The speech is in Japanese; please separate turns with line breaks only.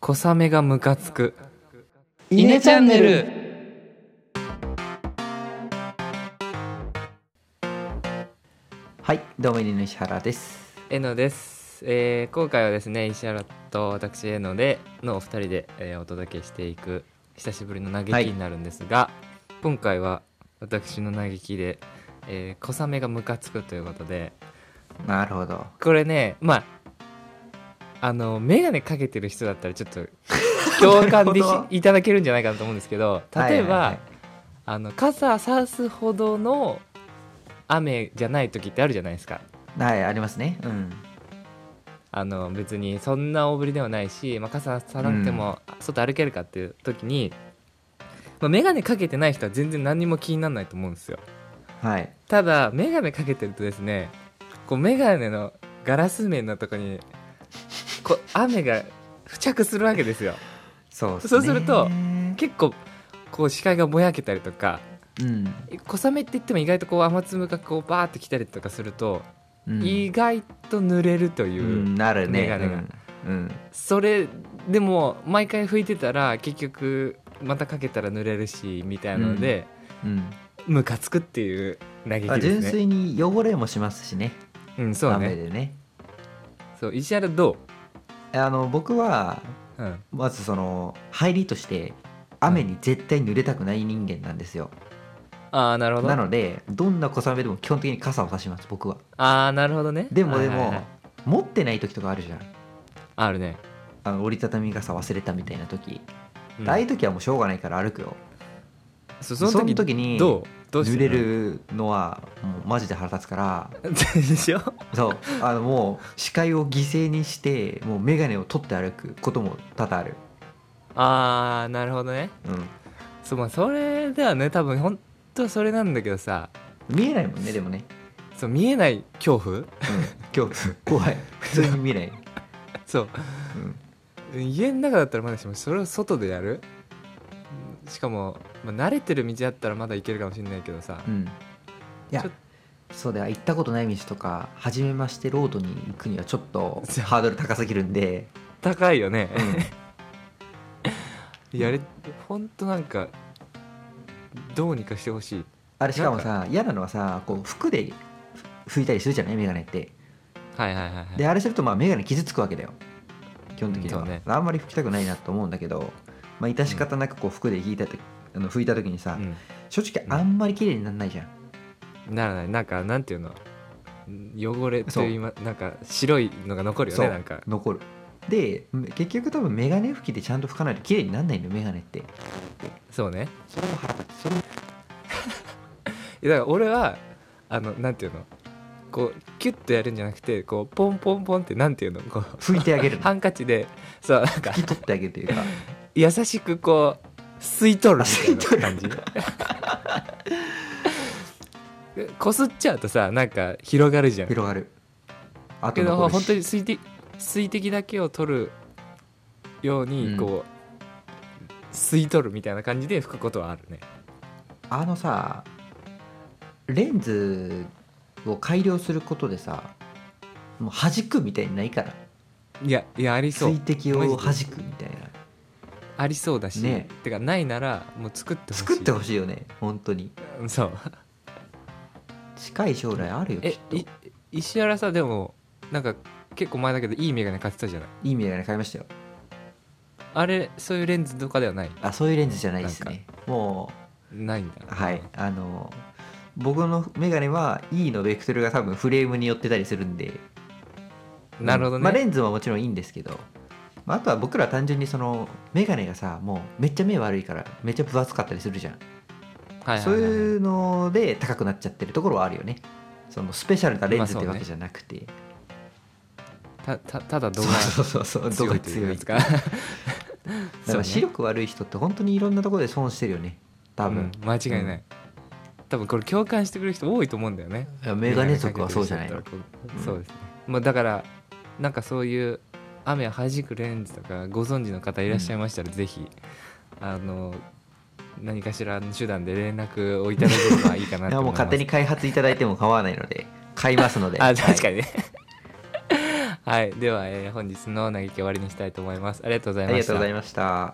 小雨がムカつく。
イネチャンネルはいどうもイネの石原です
えのです。えー、今回はですね、石原と私えので、のお二人で、えーお届けしていく。久しぶりの嘆きになるんですが、今回は私の嘆きで、えー、小雨がムカつくということで、
なるほど
これね、まあ、あの、メガネかけてる人だったらち ょっと共感で
なるほど
きいただけるんじゃないかなと思うんですけど、例えば、
はいはいはい
あの傘さすほどの雨じゃない時ってあるじゃないですか
はいありますねうん
あの別にそんな大ぶりではないし、まあ、傘さなくても外歩けるかっていう時に、まあ、眼鏡かけてない人は全然何も気にならないと思うんですよ
はい
ただ眼鏡かけてるとですねこう眼鏡のガラス面のとこにこう雨が付着するわけですよ
そうっね
そうすると結構こう視界がぼやけたりとか
うん、
小雨って言っても意外とこう雨粒がこうバーって来たりとかすると、
うん、
意外と濡れるというう、
んなるね
メガネが
うん、うん
それでも毎回拭いてたら結局またかけたら濡れるしみたいなので、
うん
ムカつくっていう嘆
まあ
き
純
ですね。
粋に汚れもしますしね
うん、そう
雨
ね。
でね
そう石原ど
あの僕は
う？うん。
まずその入りとして雨に絶対濡れたくない人間なんですよ、
ああなるほど。
な
あ
のでどんな小雨でも基本的に傘を差します僕は
あーなるほどね。
でも
はい
で
はいはい
も持ってない時とかあるじゃん
あるね。
あの折りたたみ傘忘れたみたいな時、
うん
ああいう時はもうしょうがないから歩くよ
そそ
そ
の時
の時に
どうどうしてる
濡れるのはもうマジで腹立つから
でしょ？
そうあのもう視界を犠牲にしてもう眼鏡を取って歩くことも多々ある、
ああなるほどね。
う
そうまあそれではね多分本当それなんだけどさ、
ん、見えないもんねでもね、
そう見えない恐怖？
うん、今日怖い普通に見ない、
そう
うん
家の中だったらまだしもそれを外でやるしかも、まあ、慣れてる道だったらまだ行けるかもしれないけどさ、
うん、いや
ちょ
そうだよ行ったことない道とか初めましてロードに行くにはちょっと
そう
ハードル高すぎるんで、
高いよね
うん
いやあれほんとなんかどうにかしてほしい
あれしかもさ嫌なのはさこう服でふ拭いたりするじゃない眼鏡って
はいはいはいはい
であれするとまあ眼鏡傷つくわけだよ基本的に
う
は、
んそうね
あんまり拭きたくないなと思うんだけど、まあ、致し方なくこう服で引いたとあの拭いた時にさ、正直あんまり綺麗にならないじゃん、
うん、ならないなんかなんていうの汚れと
そう
いう今なんか白いのが残るよねなんか
残るで結局多分眼鏡拭きでちゃんと拭かないと綺麗にならないのよ眼鏡って
そうね
それも腹立つそれも
いやだから俺はあのなんていうのこうキュッとやるんじゃなくてこうポンポンポンってなんていうのこう
拭いてあげるの
ハンカチでそうなんか
拭き取ってあげる というか
優しくこう吸い取るみたいな感じこすっちゃうとさなんか広がるじゃん
広がるあ
けど
残るし
本当に水滴水滴だけを取るよう
う
に
ん
こう、吸い取るみたいな感じで拭くことはあるね
あのさレンズを改良することでさもう弾くみたいにないから
いやいやありそ
水
う
滴を弾くみたいな
ありそうだし、
ね
てかないならもう作ってほしい
作ってほしいよね本当に
うんそう
近い将来あるよき
え
っと
い石原さでもなんか結構前だけどいい眼鏡買ってたじゃない
いい眼鏡買いましたよ
あれそういうレンズとかではない
あそういうレンズじゃないですねも
ないんだ
うはいあの僕の眼鏡は E のベクトルが多分フレームに寄ってたりするんで
なるほどね、
まあ、レンズももちろんいいんですけど、まあ、あとは僕ら単純にその眼鏡がさもうめっちゃ目悪いからめっちゃ分厚かったりするじゃん、
はいはいはいはい
そういうので高くなっちゃってるところはあるよねそのスペシャルなレンズってわけじゃなくて、
たたただ動画
そうそうそう そう度が
が強
強
い
い
です
だか
か
ら視
そうね
力悪い人って本当にいろんなところで損してるよね多分、
うん間違いない、多分これ共感してくれる人多いと思うんだよね
いや眼鏡族はそうじゃない
眼
の
鏡かけてる人だったらこう
う
んそうですね、まあ、だからなんかそういう雨を弾くレンズとかご存知の方いらっしゃいましたら、ぜひあの何かしらの手段で連絡をいただければいいかないと
や
思いうま
も
す
勝手に開発いただいても構わないので買いますので
あ確
は
か
い
にねはい、はいでは、えー本日の嘆き終わりにしたいと思いますありがとうござい
あ
ま
りが
し
とうご
た
ざいました。